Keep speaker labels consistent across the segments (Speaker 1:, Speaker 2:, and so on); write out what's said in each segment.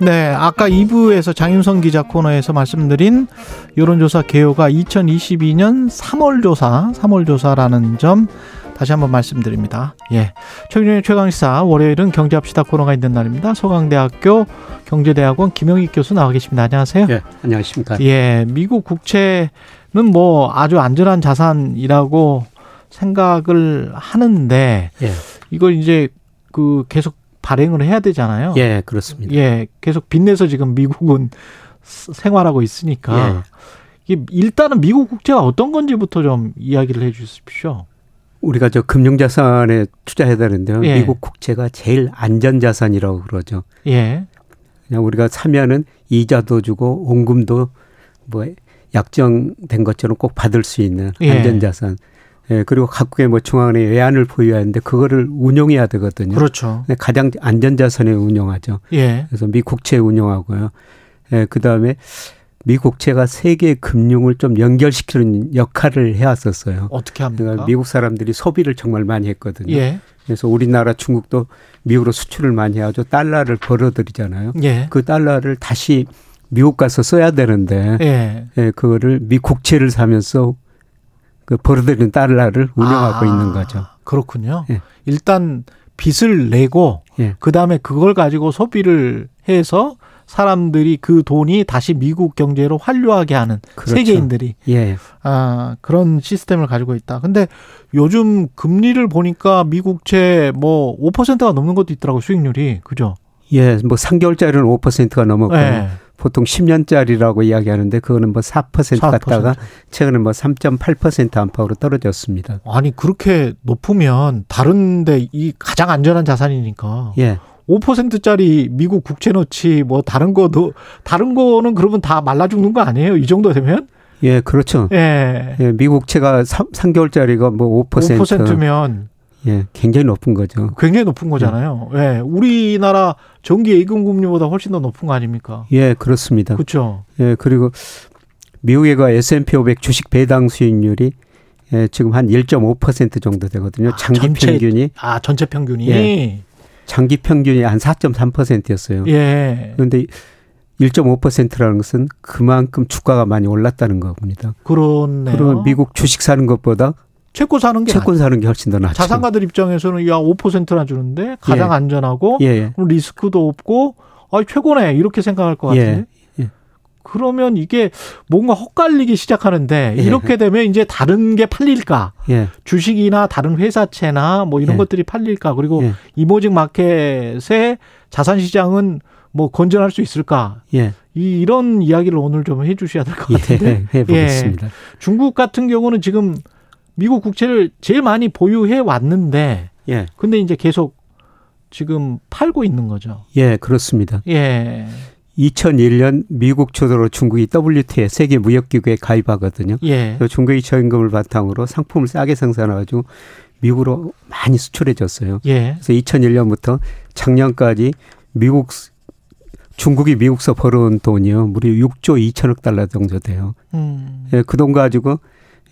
Speaker 1: 네, 아까 2부에서 장윤선 기자 코너에서 말씀드린 여론조사 개요가 2022년 3월 조사, 3월 조사라는 점 다시 한번 말씀드립니다. 예. 최근의 최강시사 월요일은 경제합시다 코너가 있는 날입니다. 소강대학교 경제대학원 김영익 교수 나와 계십니다. 안녕하세요.
Speaker 2: 예, 안녕하십니까.
Speaker 1: 예, 미국 국채는 뭐 아주 안전한 자산이라고 생각을 하는데
Speaker 2: 예.
Speaker 1: 이걸 이제 그 계속 발행을 해야 되잖아요.
Speaker 2: 예, 그렇습니다.
Speaker 1: 예, 계속 빚내서 지금 미국은 스- 생활하고
Speaker 2: 예.
Speaker 1: 있으니까 이게 일단은 미국 국채가 어떤 건지부터 좀 이야기를 해주십시오.
Speaker 2: 우리가 저 금융자산에 투자해야 되는데요.
Speaker 1: 예.
Speaker 2: 미국 국채가 제일 안전자산이라고 그러죠.
Speaker 1: 예,
Speaker 2: 그냥 우리가 사면은 이자도 주고 원금도 뭐 약정된 것처럼 꼭 받을 수 있는
Speaker 1: 예.
Speaker 2: 안전자산. 예, 그리고 각국의 뭐 중앙은행 외환을 보유하는데 그거를 운용해야 되거든요.
Speaker 1: 그렇죠.
Speaker 2: 근데 가장 안전자산에 운용하죠.
Speaker 1: 예,
Speaker 2: 그래서 미국채 운용하고요. 예, 그다음에 미국채가 세계 금융을 좀 연결시키는 역할을 해왔었어요.
Speaker 1: 어떻게 합니까?
Speaker 2: 그러니까 미국 사람들이 소비를 정말 많이 했거든요.
Speaker 1: 예,
Speaker 2: 그래서 우리나라 중국도 미국으로 수출을 많이 해가지고 달러를 벌어들이잖아요.
Speaker 1: 예,
Speaker 2: 그 달러를 다시 미국 가서 써야 되는데
Speaker 1: 예.
Speaker 2: 예, 그거를 미 국채를 사면서 그 벌어들인 달러를 운영하고
Speaker 1: 아,
Speaker 2: 있는 거죠.
Speaker 1: 그렇군요.
Speaker 2: 예.
Speaker 1: 일단 빚을 내고
Speaker 2: 예.
Speaker 1: 그 다음에 그걸 가지고 소비를 해서 사람들이 그 돈이 다시 미국 경제로 환류하게 하는
Speaker 2: 그렇죠.
Speaker 1: 세계인들이
Speaker 2: 예,
Speaker 1: 아, 그런 시스템을 가지고 있다. 근데 요즘 금리를 보니까 미국채 뭐 5%가 넘는 것도 있더라고 수익률이. 그죠?
Speaker 2: 예, 뭐 3개월짜리는 5%가 넘었고 요
Speaker 1: 예.
Speaker 2: 보통 10년짜리라고 이야기하는데 그거는 뭐 4% 갔다가 최근에 뭐 3.8% 안팎으로 떨어졌습니다.
Speaker 1: 아니, 그렇게 높으면 다른데 이 가장 안전한 자산이니까
Speaker 2: 예,
Speaker 1: 5%짜리 미국 국채 넣지 뭐 다른 거도 다른 거는 그러면 다 말라 죽는 거 아니에요? 이 정도 되면?
Speaker 2: 예, 그렇죠.
Speaker 1: 예.
Speaker 2: 예, 미국채가 3, 개월짜리가뭐 5%.
Speaker 1: 5%면
Speaker 2: 예, 굉장히 높은 거죠.
Speaker 1: 굉장히 높은 거잖아요.
Speaker 2: 네.
Speaker 1: 예. 우리나라 정기 예금 금리보다 훨씬 더 높은 거 아닙니까?
Speaker 2: 예, 그렇습니다.
Speaker 1: 그렇죠.
Speaker 2: 예, 그리고 미국의 그 S&P 500 주식 배당 수익률이 예, 지금 한 1.5% 정도 되거든요.
Speaker 1: 아,
Speaker 2: 장기
Speaker 1: 전체-
Speaker 2: 평균이
Speaker 1: 아, 전체 평균이
Speaker 2: 예. 장기 평균이 한 4.3%였어요.
Speaker 1: 예.
Speaker 2: 그런데 1.5%라는 것은 그만큼 주가가 많이 올랐다는 겁니다.
Speaker 1: 그렇네요.
Speaker 2: 그러면 미국 주식 사는 것보다
Speaker 1: 채권 사는 게
Speaker 2: 채권 사는 게 훨씬 더
Speaker 1: 아니-
Speaker 2: 낫죠.
Speaker 1: 자산가들 입장에서는 야 5%나 주는데 가장
Speaker 2: 예.
Speaker 1: 안전하고
Speaker 2: 예, 예.
Speaker 1: 그럼 리스크도 없고 아 최고네 이렇게 생각할 것
Speaker 2: 예.
Speaker 1: 같은데.
Speaker 2: 예.
Speaker 1: 그러면 이게 뭔가 헛갈리기 시작하는데
Speaker 2: 예.
Speaker 1: 이렇게 되면 이제 다른 게 팔릴까?
Speaker 2: 예.
Speaker 1: 주식이나 다른 회사채나 뭐 이런
Speaker 2: 예.
Speaker 1: 것들이 팔릴까? 그리고
Speaker 2: 예.
Speaker 1: 이모직 마켓의 자산 시장은 뭐 건전할 수 있을까?
Speaker 2: 예.
Speaker 1: 이, 이런 이야기를 오늘 좀 해주셔야 될 것그 같은데.
Speaker 2: 예, 해 보겠습니다.
Speaker 1: 중국 같은 경우는 지금 미국 국채를 제일 많이 보유해 왔는데
Speaker 2: 예.
Speaker 1: 근데 이제 계속 지금 팔고 있는 거죠.
Speaker 2: 예, 그렇습니다.
Speaker 1: 예.
Speaker 2: 2001년 미국 주도로 중국이 WTO 세계 무역 기구에 가입하거든요.
Speaker 1: 예.
Speaker 2: 그래서 중국의 저임금을 바탕으로 상품을 싸게 생산해가지고 미국으로 많이 수출해줬어요.
Speaker 1: 예.
Speaker 2: 그래서 2001년부터 작년까지 미국 수- 중국이 미국서 벌어온 돈이요 무려 6조 2천억 달러 정도 돼요.
Speaker 1: 음.
Speaker 2: 예, 그 돈 가지고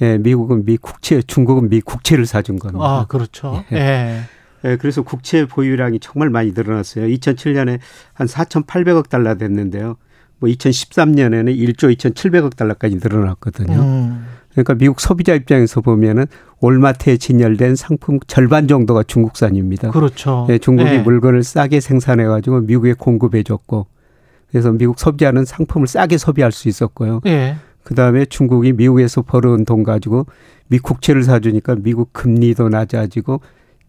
Speaker 2: 예, 미국은 미 국채, 중국은 미 국채를 사준 겁니다.
Speaker 1: 아, 그렇죠. 예.
Speaker 2: 예. 예, 그래서 국채 보유량이 정말 많이 늘어났어요. 2007년에 한 4,800억 달러 됐는데요. 뭐 2013년에는 1조 2,700억 달러까지 늘어났거든요.
Speaker 1: 음.
Speaker 2: 그러니까 미국 소비자 입장에서 보면은 올마트에 진열된 상품 절반 정도가 중국산입니다.
Speaker 1: 그렇죠.
Speaker 2: 예, 중국이
Speaker 1: 예.
Speaker 2: 물건을 싸게 생산해 가지고 미국에 공급해 줬고 그래서 미국 소비자는 상품을 싸게 소비할 수 있었고요.
Speaker 1: 예.
Speaker 2: 그다음에 중국이 미국에서 벌어온 돈 가지고 미 국채를 사주니까 미국 금리도 낮아지고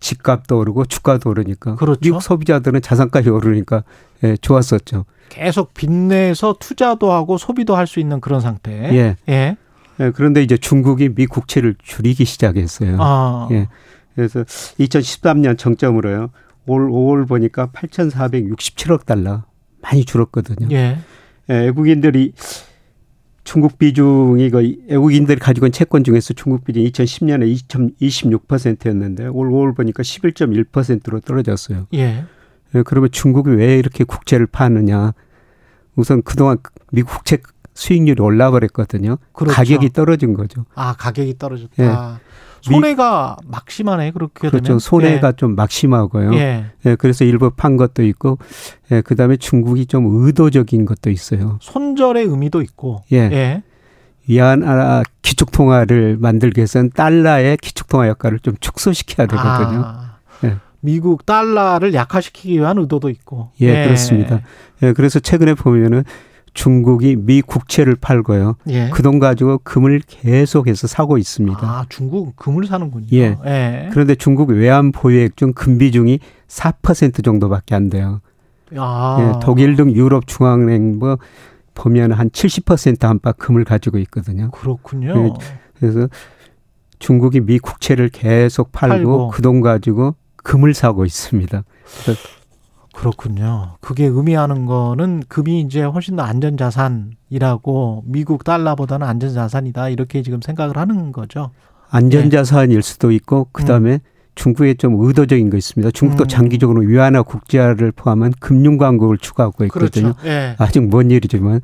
Speaker 2: 집값도 오르고 주가도 오르니까
Speaker 1: 그렇죠.
Speaker 2: 미국 소비자들은 자산까지 오르니까 예, 좋았었죠.
Speaker 1: 계속 빚내서 투자도 하고 소비도 할 수 있는 그런 상태.
Speaker 2: 예.
Speaker 1: 예.
Speaker 2: 예, 그런데 이제 중국이 미 국채를 줄이기 시작했어요.
Speaker 1: 아.
Speaker 2: 예. 그래서 2013년 정점으로요. 올 5월 보니까 8,467억 달러 많이 줄었거든요.
Speaker 1: 예.
Speaker 2: 예, 외국인들이 중국 비중이 거의 외국인들이 가지고 있는 채권 중에서 중국 비중이 2010년에 2.26%였는데 올 5월 보니까 11.1%로 떨어졌어요.
Speaker 1: 예.
Speaker 2: 예, 그러면 중국이 왜 이렇게 국채를 파느냐? 우선 그동안 미국 국채 수익률이 올라버렸거든요.
Speaker 1: 그렇죠.
Speaker 2: 가격이 떨어진 거죠.
Speaker 1: 아, 가격이 떨어졌다. 손해가 막심하네 그렇게
Speaker 2: 예. 그렇죠.
Speaker 1: 되면.
Speaker 2: 손해가 좀 막심하고요.
Speaker 1: 예.
Speaker 2: 예.
Speaker 1: 예.
Speaker 2: 그래서 일부 판 것도 있고, 예, 그 다음에 중국이 좀 의도적인 것도 있어요.
Speaker 1: 손절의 의미도 있고.
Speaker 2: 예.
Speaker 1: 예.
Speaker 2: 위안화 기축통화를 만들기 위해서는 달러의 기축통화 역할을 좀 축소시켜야 되거든요.
Speaker 1: 아,
Speaker 2: 예.
Speaker 1: 미국 달러를 약화시키기 위한 의도도 있고.
Speaker 2: 예, 그렇습니다. 예, 그래서 최근에 보면은 중국이 미 국채를 팔고요.
Speaker 1: 예.
Speaker 2: 그 돈 가지고 금을 계속해서 사고 있습니다.
Speaker 1: 아, 중국 금을 사는군요.
Speaker 2: 예.
Speaker 1: 예.
Speaker 2: 그런데 중국 외환 보유액 중 금비중이 4% 정도밖에 안 돼요.
Speaker 1: 아.
Speaker 2: 예, 독일 등 유럽 중앙은행 뭐 보면 한 70% 안팎 금을 가지고 있거든요.
Speaker 1: 그렇군요.
Speaker 2: 그래서 중국이 미 국채를 계속 팔고,
Speaker 1: 팔고.
Speaker 2: 그 돈 가지고 금을 사고 있습니다.
Speaker 1: 그렇군요. 그게 의미하는 거는 금이 이제 훨씬 더 안전 자산이라고 미국 달러보다는 안전 자산이다 이렇게 지금 생각을 하는 거죠. 네.
Speaker 2: 안전자산일 수도 있고 그다음에 중국에 좀 의도적인 거 있습니다. 중국도
Speaker 1: 음.
Speaker 2: 장기적으로 위안화 국제화를 포함한 금융 강국을 추구하고 있거든요.
Speaker 1: 예.
Speaker 2: 아직 먼 일이지만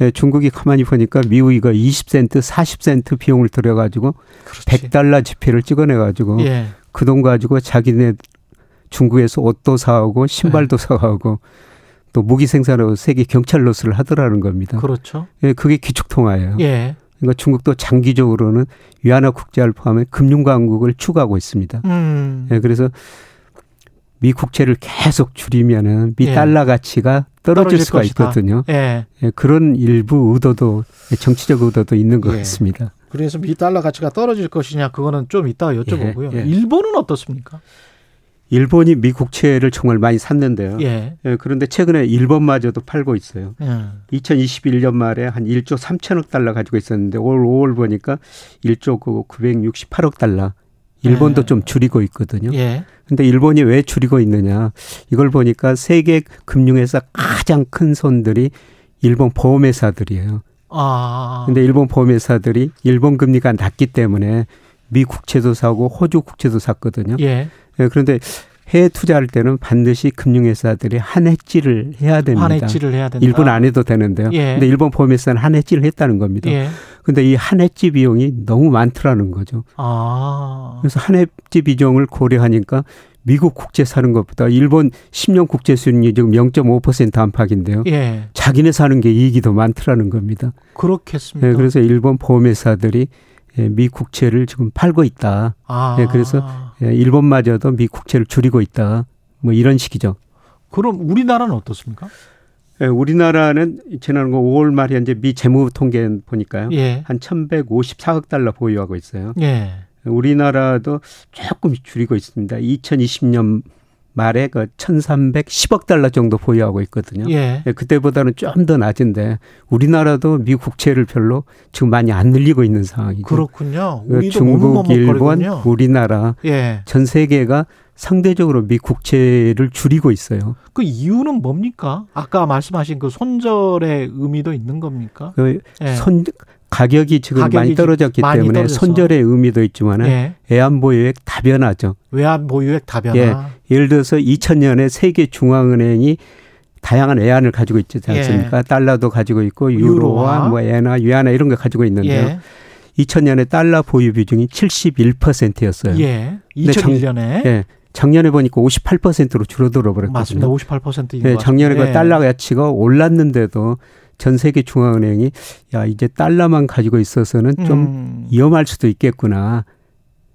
Speaker 2: 예, 중국이 가만히 보니까 미국 이거 20센트, 40센트 비용을 들여 가지고
Speaker 1: 그렇지.
Speaker 2: 100달러 지폐를 찍어내 가지고
Speaker 1: 예.
Speaker 2: 그 돈 가지고 자기네 중국에서 옷도 사오고 신발도
Speaker 1: 네.
Speaker 2: 사오고 또 무기 생산하고 세계 경찰 노스를 하더라는 겁니다.
Speaker 1: 그렇죠.
Speaker 2: 예, 그게 기축 통화예요.
Speaker 1: 예.
Speaker 2: 그러니까 중국도 장기적으로는 위안화 국제화를 포함해 금융강국을 추구하고 있습니다.
Speaker 1: 음.
Speaker 2: 예, 그래서 미 국채를 계속 줄이면은 미
Speaker 1: 예.
Speaker 2: 달러 가치가 떨어질,
Speaker 1: 떨어질
Speaker 2: 수가
Speaker 1: 것이다.
Speaker 2: 있거든요.
Speaker 1: 예.
Speaker 2: 예, 그런 일부 의도도 예, 정치적 의도도 있는 것
Speaker 1: 예.
Speaker 2: 같습니다.
Speaker 1: 그래서 미 달러 가치가 떨어질 것이냐 그거는 좀 이따가 여쭤보고요.
Speaker 2: 예, 예.
Speaker 1: 일본은 어떻습니까?
Speaker 2: 일본이 미 국채를 정말 많이 샀는데요.
Speaker 1: 예.
Speaker 2: 예, 그런데 최근에 일본마저도 팔고 있어요.
Speaker 1: 음.
Speaker 2: 2021년 말에 한 1조 3천억 달러 가지고 있었는데 올 5월 보니까 1조 그 968억 달러. 일본도
Speaker 1: 예.
Speaker 2: 좀 줄이고 있거든요.
Speaker 1: 예.
Speaker 2: 근데 일본이 왜 줄이고 있느냐. 이걸 보니까 세계 금융회사 가장 큰 손들이 일본 보험회사들이에요.
Speaker 1: 아.
Speaker 2: 근데 일본 보험회사들이 일본 금리가 낮기 때문에 미 국채도 사고 호주 국채도 샀거든요.
Speaker 1: 예.
Speaker 2: 예, 그런데 해외 투자할 때는 반드시 금융회사들이 한해치를 해야 됩니다.
Speaker 1: 환해치를 해야 된다.
Speaker 2: 일본 안 해도 되는데요.
Speaker 1: 예.
Speaker 2: 근데 일본 보험회사는 한해치를 했다는 겁니다.
Speaker 1: 예.
Speaker 2: 근데 이 한해치 비용이 너무 많더라는 거죠.
Speaker 1: 아.
Speaker 2: 그래서 한해지 비정을 고려하니까 미국 국채 사는 것보다 일본 10년 국채 수익률이 지금 0.5% 안팎인데요.
Speaker 1: 예.
Speaker 2: 자기네 사는 게 이익이 더 많더라는 겁니다.
Speaker 1: 그렇겠습니다.
Speaker 2: 예, 그래서 일본 보험회사들이 예, 미 국채를 지금 팔고 있다.
Speaker 1: 아.
Speaker 2: 예, 그래서- 예, 일본마저도 미 국채를 줄이고 있다. 뭐 이런 식이죠.
Speaker 1: 그럼 우리나라는 어떻습니까?
Speaker 2: 예, 우리나라는 지난 5월 말에 이제 미 재무 통계 보니까요.
Speaker 1: 예.
Speaker 2: 한 1154억 달러 보유하고 있어요.
Speaker 1: 예.
Speaker 2: 우리나라도 조금 줄이고 있습니다. 2020년 말에 그 1,310억 달러 정도 보유하고 있거든요.
Speaker 1: 예.
Speaker 2: 예, 그때보다는 좀 더 낮은데 우리나라도 미 국채를 별로 지금 많이 안 늘리고 있는 상황이죠.
Speaker 1: 그렇군요.
Speaker 2: 그
Speaker 1: 우리도
Speaker 2: 중국, 일본,
Speaker 1: 머뭇머뭇거리군요.
Speaker 2: 우리나라
Speaker 1: 예.
Speaker 2: 전 세계가 상대적으로 미 국채를 줄이고 있어요.
Speaker 1: 그 이유는 뭡니까? 아까 말씀하신 그 손절의 의미도 있는 겁니까?
Speaker 2: 그
Speaker 1: 예.
Speaker 2: 선 가격이 지금
Speaker 1: 가격이
Speaker 2: 많이 떨어졌기
Speaker 1: 많이
Speaker 2: 때문에
Speaker 1: 떨어져서.
Speaker 2: 손절의 의미도 있지만 은
Speaker 1: 예.
Speaker 2: 애완보유액 다변화죠.
Speaker 1: 외환 보유액 다변화.
Speaker 2: 예. 예를 들어서 2000년에 세계 중앙은행이 다양한 애안을 가지고 있지 않습니까? 달러도 가지고 있고
Speaker 1: 예. 유로와.
Speaker 2: 유로와 뭐 엔화, 위안화 이런 거 가지고 있는데요.
Speaker 1: 예.
Speaker 2: 2000년에 달러 보유 비중이 71%였어요.
Speaker 1: 예.
Speaker 2: 네. 장-
Speaker 1: 2001년에
Speaker 2: 네, 작년에 보니까 58%로 줄어들어 버렸거든요.
Speaker 1: 맞습니다. 58%인
Speaker 2: 예,
Speaker 1: 것
Speaker 2: 작년에
Speaker 1: 같은데.
Speaker 2: 그 달러 가치가 올랐는데도 전 세계 중앙은행이 야 이제 달러만 가지고 있어서는 좀
Speaker 1: 음,
Speaker 2: 위험할 수도 있겠구나.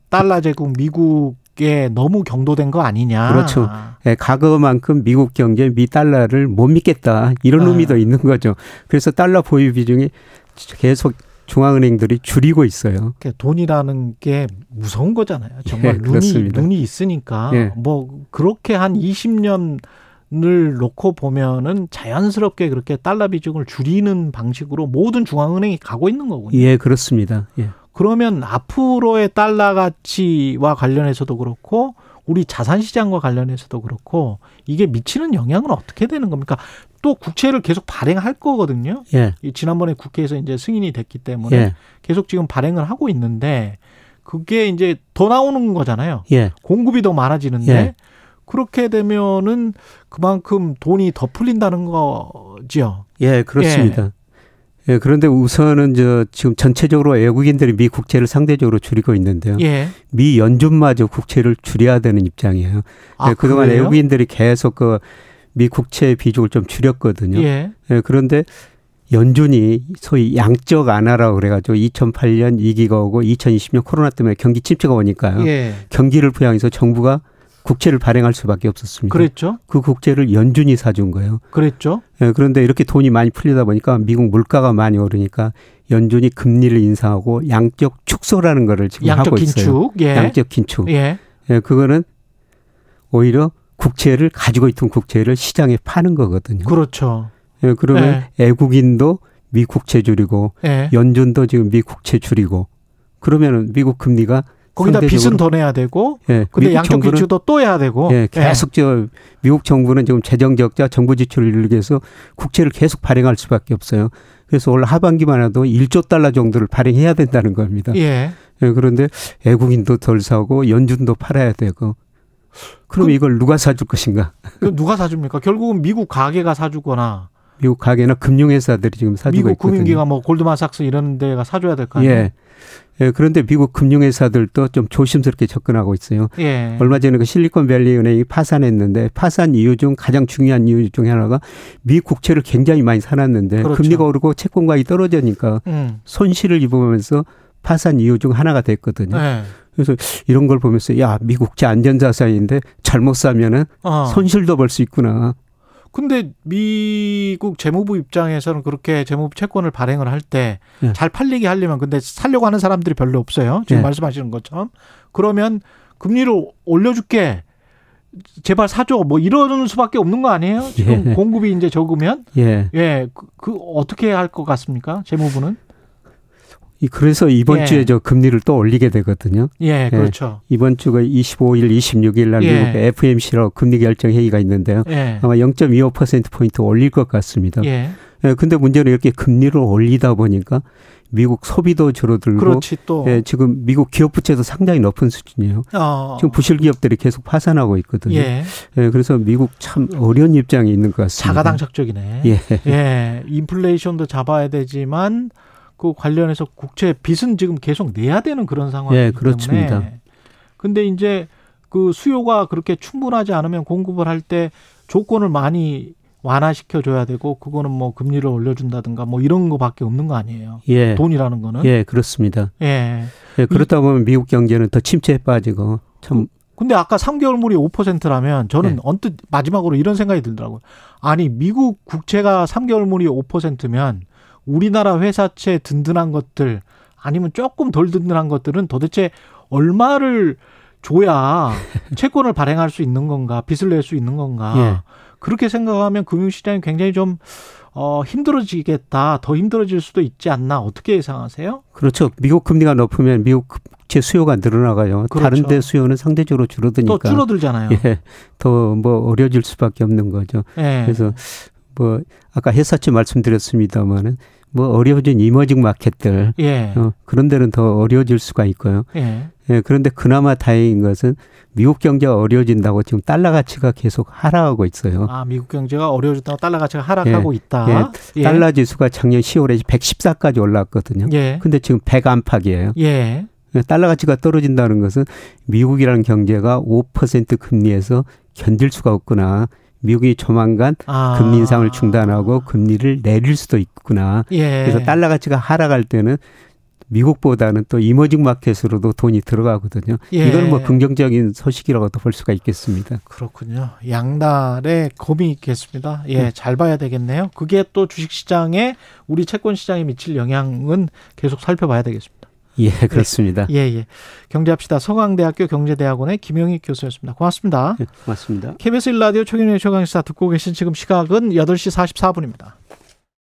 Speaker 1: 달러 제국 미국에 너무 경도된 거 아니냐.
Speaker 2: 그렇죠. 예, 과거만큼 미국 경제 미 달러를 못 믿겠다 이런
Speaker 1: 아.
Speaker 2: 의미도 있는 거죠. 그래서 달러 보유 비중이 계속 중앙은행들이 줄이고 있어요.
Speaker 1: 그 돈이라는 게 무서운 거잖아요.
Speaker 2: 예,
Speaker 1: 정말 눈이
Speaker 2: 그렇습니다.
Speaker 1: 눈이 있으니까
Speaker 2: 예.
Speaker 1: 뭐 그렇게 한 20년을 놓고 보면은 자연스럽게 그렇게 달러 비중을 줄이는 방식으로 모든 중앙은행이 가고 있는 거군요.
Speaker 2: 예, 그렇습니다. 예.
Speaker 1: 그러면 앞으로의 달러 가치와 관련해서도 그렇고 우리 자산 시장과 관련해서도 그렇고 이게 미치는 영향은 어떻게 되는 겁니까? 또 국채를 계속 발행할 거거든요.
Speaker 2: 예.
Speaker 1: 이 지난번에 국회에서 이제 승인이 됐기 때문에
Speaker 2: 예.
Speaker 1: 계속 지금 발행을 하고 있는데 그게 이제 더 나오는 거잖아요.
Speaker 2: 예.
Speaker 1: 공급이 더 많아지는데
Speaker 2: 예.
Speaker 1: 그렇게 되면은 그만큼 돈이 더 풀린다는 거지요.
Speaker 2: 예, 그렇습니다. 예, 그런데 우선은 저 지금 전체적으로 외국인들이 미 국채를 상대적으로 줄이고 있는데요.
Speaker 1: 예.
Speaker 2: 미 연준마저 국채를 줄여야 되는 입장이에요.
Speaker 1: 아,
Speaker 2: 예, 그동안
Speaker 1: 그래요?
Speaker 2: 외국인들이 계속 그 미 국채 비중을 좀 줄였거든요.
Speaker 1: 예.
Speaker 2: 예, 그런데 연준이 소위 양적 안하라고 그래가지고 2008년 위기가 오고 2020년 코로나 때문에 경기 침체가 오니까요.
Speaker 1: 예.
Speaker 2: 경기를 부양해서 정부가 국채를 발행할 수밖에 없었습니다.
Speaker 1: 그랬죠.
Speaker 2: 그 국채를 연준이 사준 거예요.
Speaker 1: 그렇죠? 그랬죠.
Speaker 2: 예, 그런데 이렇게 돈이 많이 풀리다 보니까 미국 물가가 많이 오르니까 연준이 금리를 인상하고 양적 축소라는 거를 지금
Speaker 1: 양적
Speaker 2: 하고 있어요.
Speaker 1: 긴축. 예.
Speaker 2: 양적 긴축.
Speaker 1: 예.
Speaker 2: 예, 그거는 오히려 국채를 가지고 있던 국채를 시장에 파는 거거든요.
Speaker 1: 그렇죠.
Speaker 2: 예, 그러면 애국인도 미 국채 줄이고
Speaker 1: 예.
Speaker 2: 연준도 지금 미 국채 줄이고 그러면은 미국 금리가
Speaker 1: 거기다
Speaker 2: 상대적으로-
Speaker 1: 빚은 더 내야 되고
Speaker 2: 예,
Speaker 1: 근데
Speaker 2: 미국
Speaker 1: 양적
Speaker 2: 정부는
Speaker 1: 기축도 어, 또 해야 되고.
Speaker 2: 예, 계속 저 미국 정부는 지금 재정 적자, 정부 지출을 이루기 위해서 국채를 계속 발행할 수밖에 없어요. 그래서 올 하반기만 해도 1조 달러 정도를 발행해야 된다는 겁니다.
Speaker 1: 예. 예.
Speaker 2: 예, 그런데 애국인도 덜 사고 연준도 팔아야 되고. 그럼
Speaker 1: 그-
Speaker 2: 이걸 누가 사줄 것인가?
Speaker 1: 그럼 누가 사줍니까? 결국은 미국 가게가 사주거나
Speaker 2: 미국 가게나 금융회사들이 지금 사주고
Speaker 1: 미국
Speaker 2: 있거든요.
Speaker 1: 금융기관 뭐 골드만삭스 이런 데가 사줘야 될 거 아니에요.
Speaker 2: 예. 예, 그런데 미국 금융회사들도 좀 조심스럽게 접근하고 있어요.
Speaker 1: 예.
Speaker 2: 얼마 전에 그 실리콘밸리 은행이 파산했는데 파산 이유 중 가장 중요한 이유 중에 하나가 미 국채를 굉장히 많이 사놨는데
Speaker 1: 그렇죠.
Speaker 2: 금리가 오르고 채권 가격이 떨어지니까
Speaker 1: 음.
Speaker 2: 손실을 입으면서 파산 이유 중 하나가 됐거든요.
Speaker 1: 예.
Speaker 2: 이런 걸 보면서 야, 미 국채 안전자산인데 잘못 사면은
Speaker 1: 어.
Speaker 2: 손실도 벌 수 있구나.
Speaker 1: 근데 미국 재무부 입장에서는 그렇게 재무부 채권을 발행을 할 때 잘
Speaker 2: 예.
Speaker 1: 팔리게 하려면 근데 살려고 하는 사람들이 별로 없어요. 지금
Speaker 2: 예.
Speaker 1: 말씀하시는 것처럼 그러면 금리를 올려줄게. 제발 사줘. 뭐 이러는 수밖에 없는 거 아니에요? 지금
Speaker 2: 예.
Speaker 1: 공급이 이제 적으면
Speaker 2: 예.
Speaker 1: 예, 그, 그 어떻게 할 것 같습니까? 재무부는
Speaker 2: 이- 그래서 이번
Speaker 1: 예.
Speaker 2: 주에 저 금리를 또 올리게 되거든요.
Speaker 1: 예, 그렇죠.
Speaker 2: 이번 주가 25일, 26일 날
Speaker 1: 예.
Speaker 2: 미국 FMC로 금리 결정 회의가 있는데요.
Speaker 1: 예,
Speaker 2: 아마 0.25% 포인트 올릴 것 같습니다.
Speaker 1: 예,
Speaker 2: 예, 근데 문제는 이렇게 금리를 올리다 보니까 미국 소비도 줄어들고
Speaker 1: 그렇지 또
Speaker 2: 예, 지금 미국 기업 부채도 상당히 높은 수준이에요.
Speaker 1: 어,
Speaker 2: 지금 부실 기업들이 계속 파산하고 있거든요.
Speaker 1: 예,
Speaker 2: 예, 그래서 미국 참 어려운 입장에 있는 것 같습니다.
Speaker 1: 자가당착적이네.
Speaker 2: 예.
Speaker 1: 예, 인플레이션도 잡아야 되지만 그 관련해서 국채 빚은 지금 계속 내야 되는 그런 상황이기
Speaker 2: 예, 그렇습니다.
Speaker 1: 때문에. 근데 이제 그 수요가 그렇게 충분하지 않으면 공급을 할 때 조건을 많이 완화시켜 줘야 되고 그거는 뭐 금리를 올려 준다든가 뭐 이런 거밖에 없는 거 아니에요.
Speaker 2: 예.
Speaker 1: 돈이라는 거는.
Speaker 2: 예, 그렇습니다.
Speaker 1: 예.
Speaker 2: 예, 그렇다 보면 미국 경제는 더 침체에 빠지고 참
Speaker 1: 근데 아까 3개월물이 5%라면 저는
Speaker 2: 예.
Speaker 1: 언뜻 마지막으로 이런 생각이 들더라고요. 아니, 미국 국채가 3개월물이 5%면 우리나라 회사채 든든한 것들 아니면 조금 덜 든든한 것들은 도대체 얼마를 줘야 채권을 발행할 수 있는 건가, 빚을 낼 수 있는 건가.
Speaker 2: 예.
Speaker 1: 그렇게 생각하면 금융시장이 굉장히 좀 어, 힘들어지겠다. 더 힘들어질 수도 있지 않나. 어떻게 예상하세요?
Speaker 2: 그렇죠. 미국 금리가 높으면 미국 국채 수요가 늘어나가요.
Speaker 1: 그렇죠.
Speaker 2: 다른 데 수요는 상대적으로 줄어드니까
Speaker 1: 또 줄어들잖아요.
Speaker 2: 예, 더 뭐 어려질 수밖에 없는 거죠.
Speaker 1: 예.
Speaker 2: 그래서 뭐 아까 회사채 말씀드렸습니다마는 뭐 어려워진 이머징 마켓들
Speaker 1: 예.
Speaker 2: 어, 그런 데는 더 어려워질 수가 있고요.
Speaker 1: 예.
Speaker 2: 예, 그런데 그나마 다행인 것은 미국 경제가 어려워진다고 지금 달러 가치가 계속 하락하고 있어요.
Speaker 1: 아 미국 경제가 어려워졌다고 달러 가치가 하락하고 있다. 예.
Speaker 2: 달러 지수가 작년 10월에 114까지 올라왔거든요.
Speaker 1: 예.
Speaker 2: 근데 지금 100 안팎이에요.
Speaker 1: 예.
Speaker 2: 그러니까 달러 가치가 떨어진다는 것은 미국이라는 경제가 5% 금리에서 견딜 수가 없구나. 미국이 조만간
Speaker 1: 아.
Speaker 2: 금리 인상을 중단하고 금리를 내릴 수도 있구나.
Speaker 1: 예.
Speaker 2: 그래서 달러 가치가 하락할 때는 미국보다는 또 이머징 마켓으로도 돈이 들어가거든요.
Speaker 1: 예.
Speaker 2: 이건 뭐 긍정적인 소식이라고도 볼 수가 있겠습니다.
Speaker 1: 그렇군요. 양날의 검이 있겠습니다.
Speaker 2: 음.
Speaker 1: 예, 잘 봐야 되겠네요. 그게 또 주식 시장에 우리 채권 시장에 미칠 영향은 계속 살펴봐야 되겠습니다.
Speaker 2: 예, 그렇습니다.
Speaker 1: 예, 예. 경제합시다. 서강대학교 경제대학원의 김영희 교수였습니다. 고맙습니다.
Speaker 2: 예, 고맙습니다.
Speaker 1: KBS 1라디오 최경영의 최강시사 듣고 계신 지금 시각은 8시 44분입니다.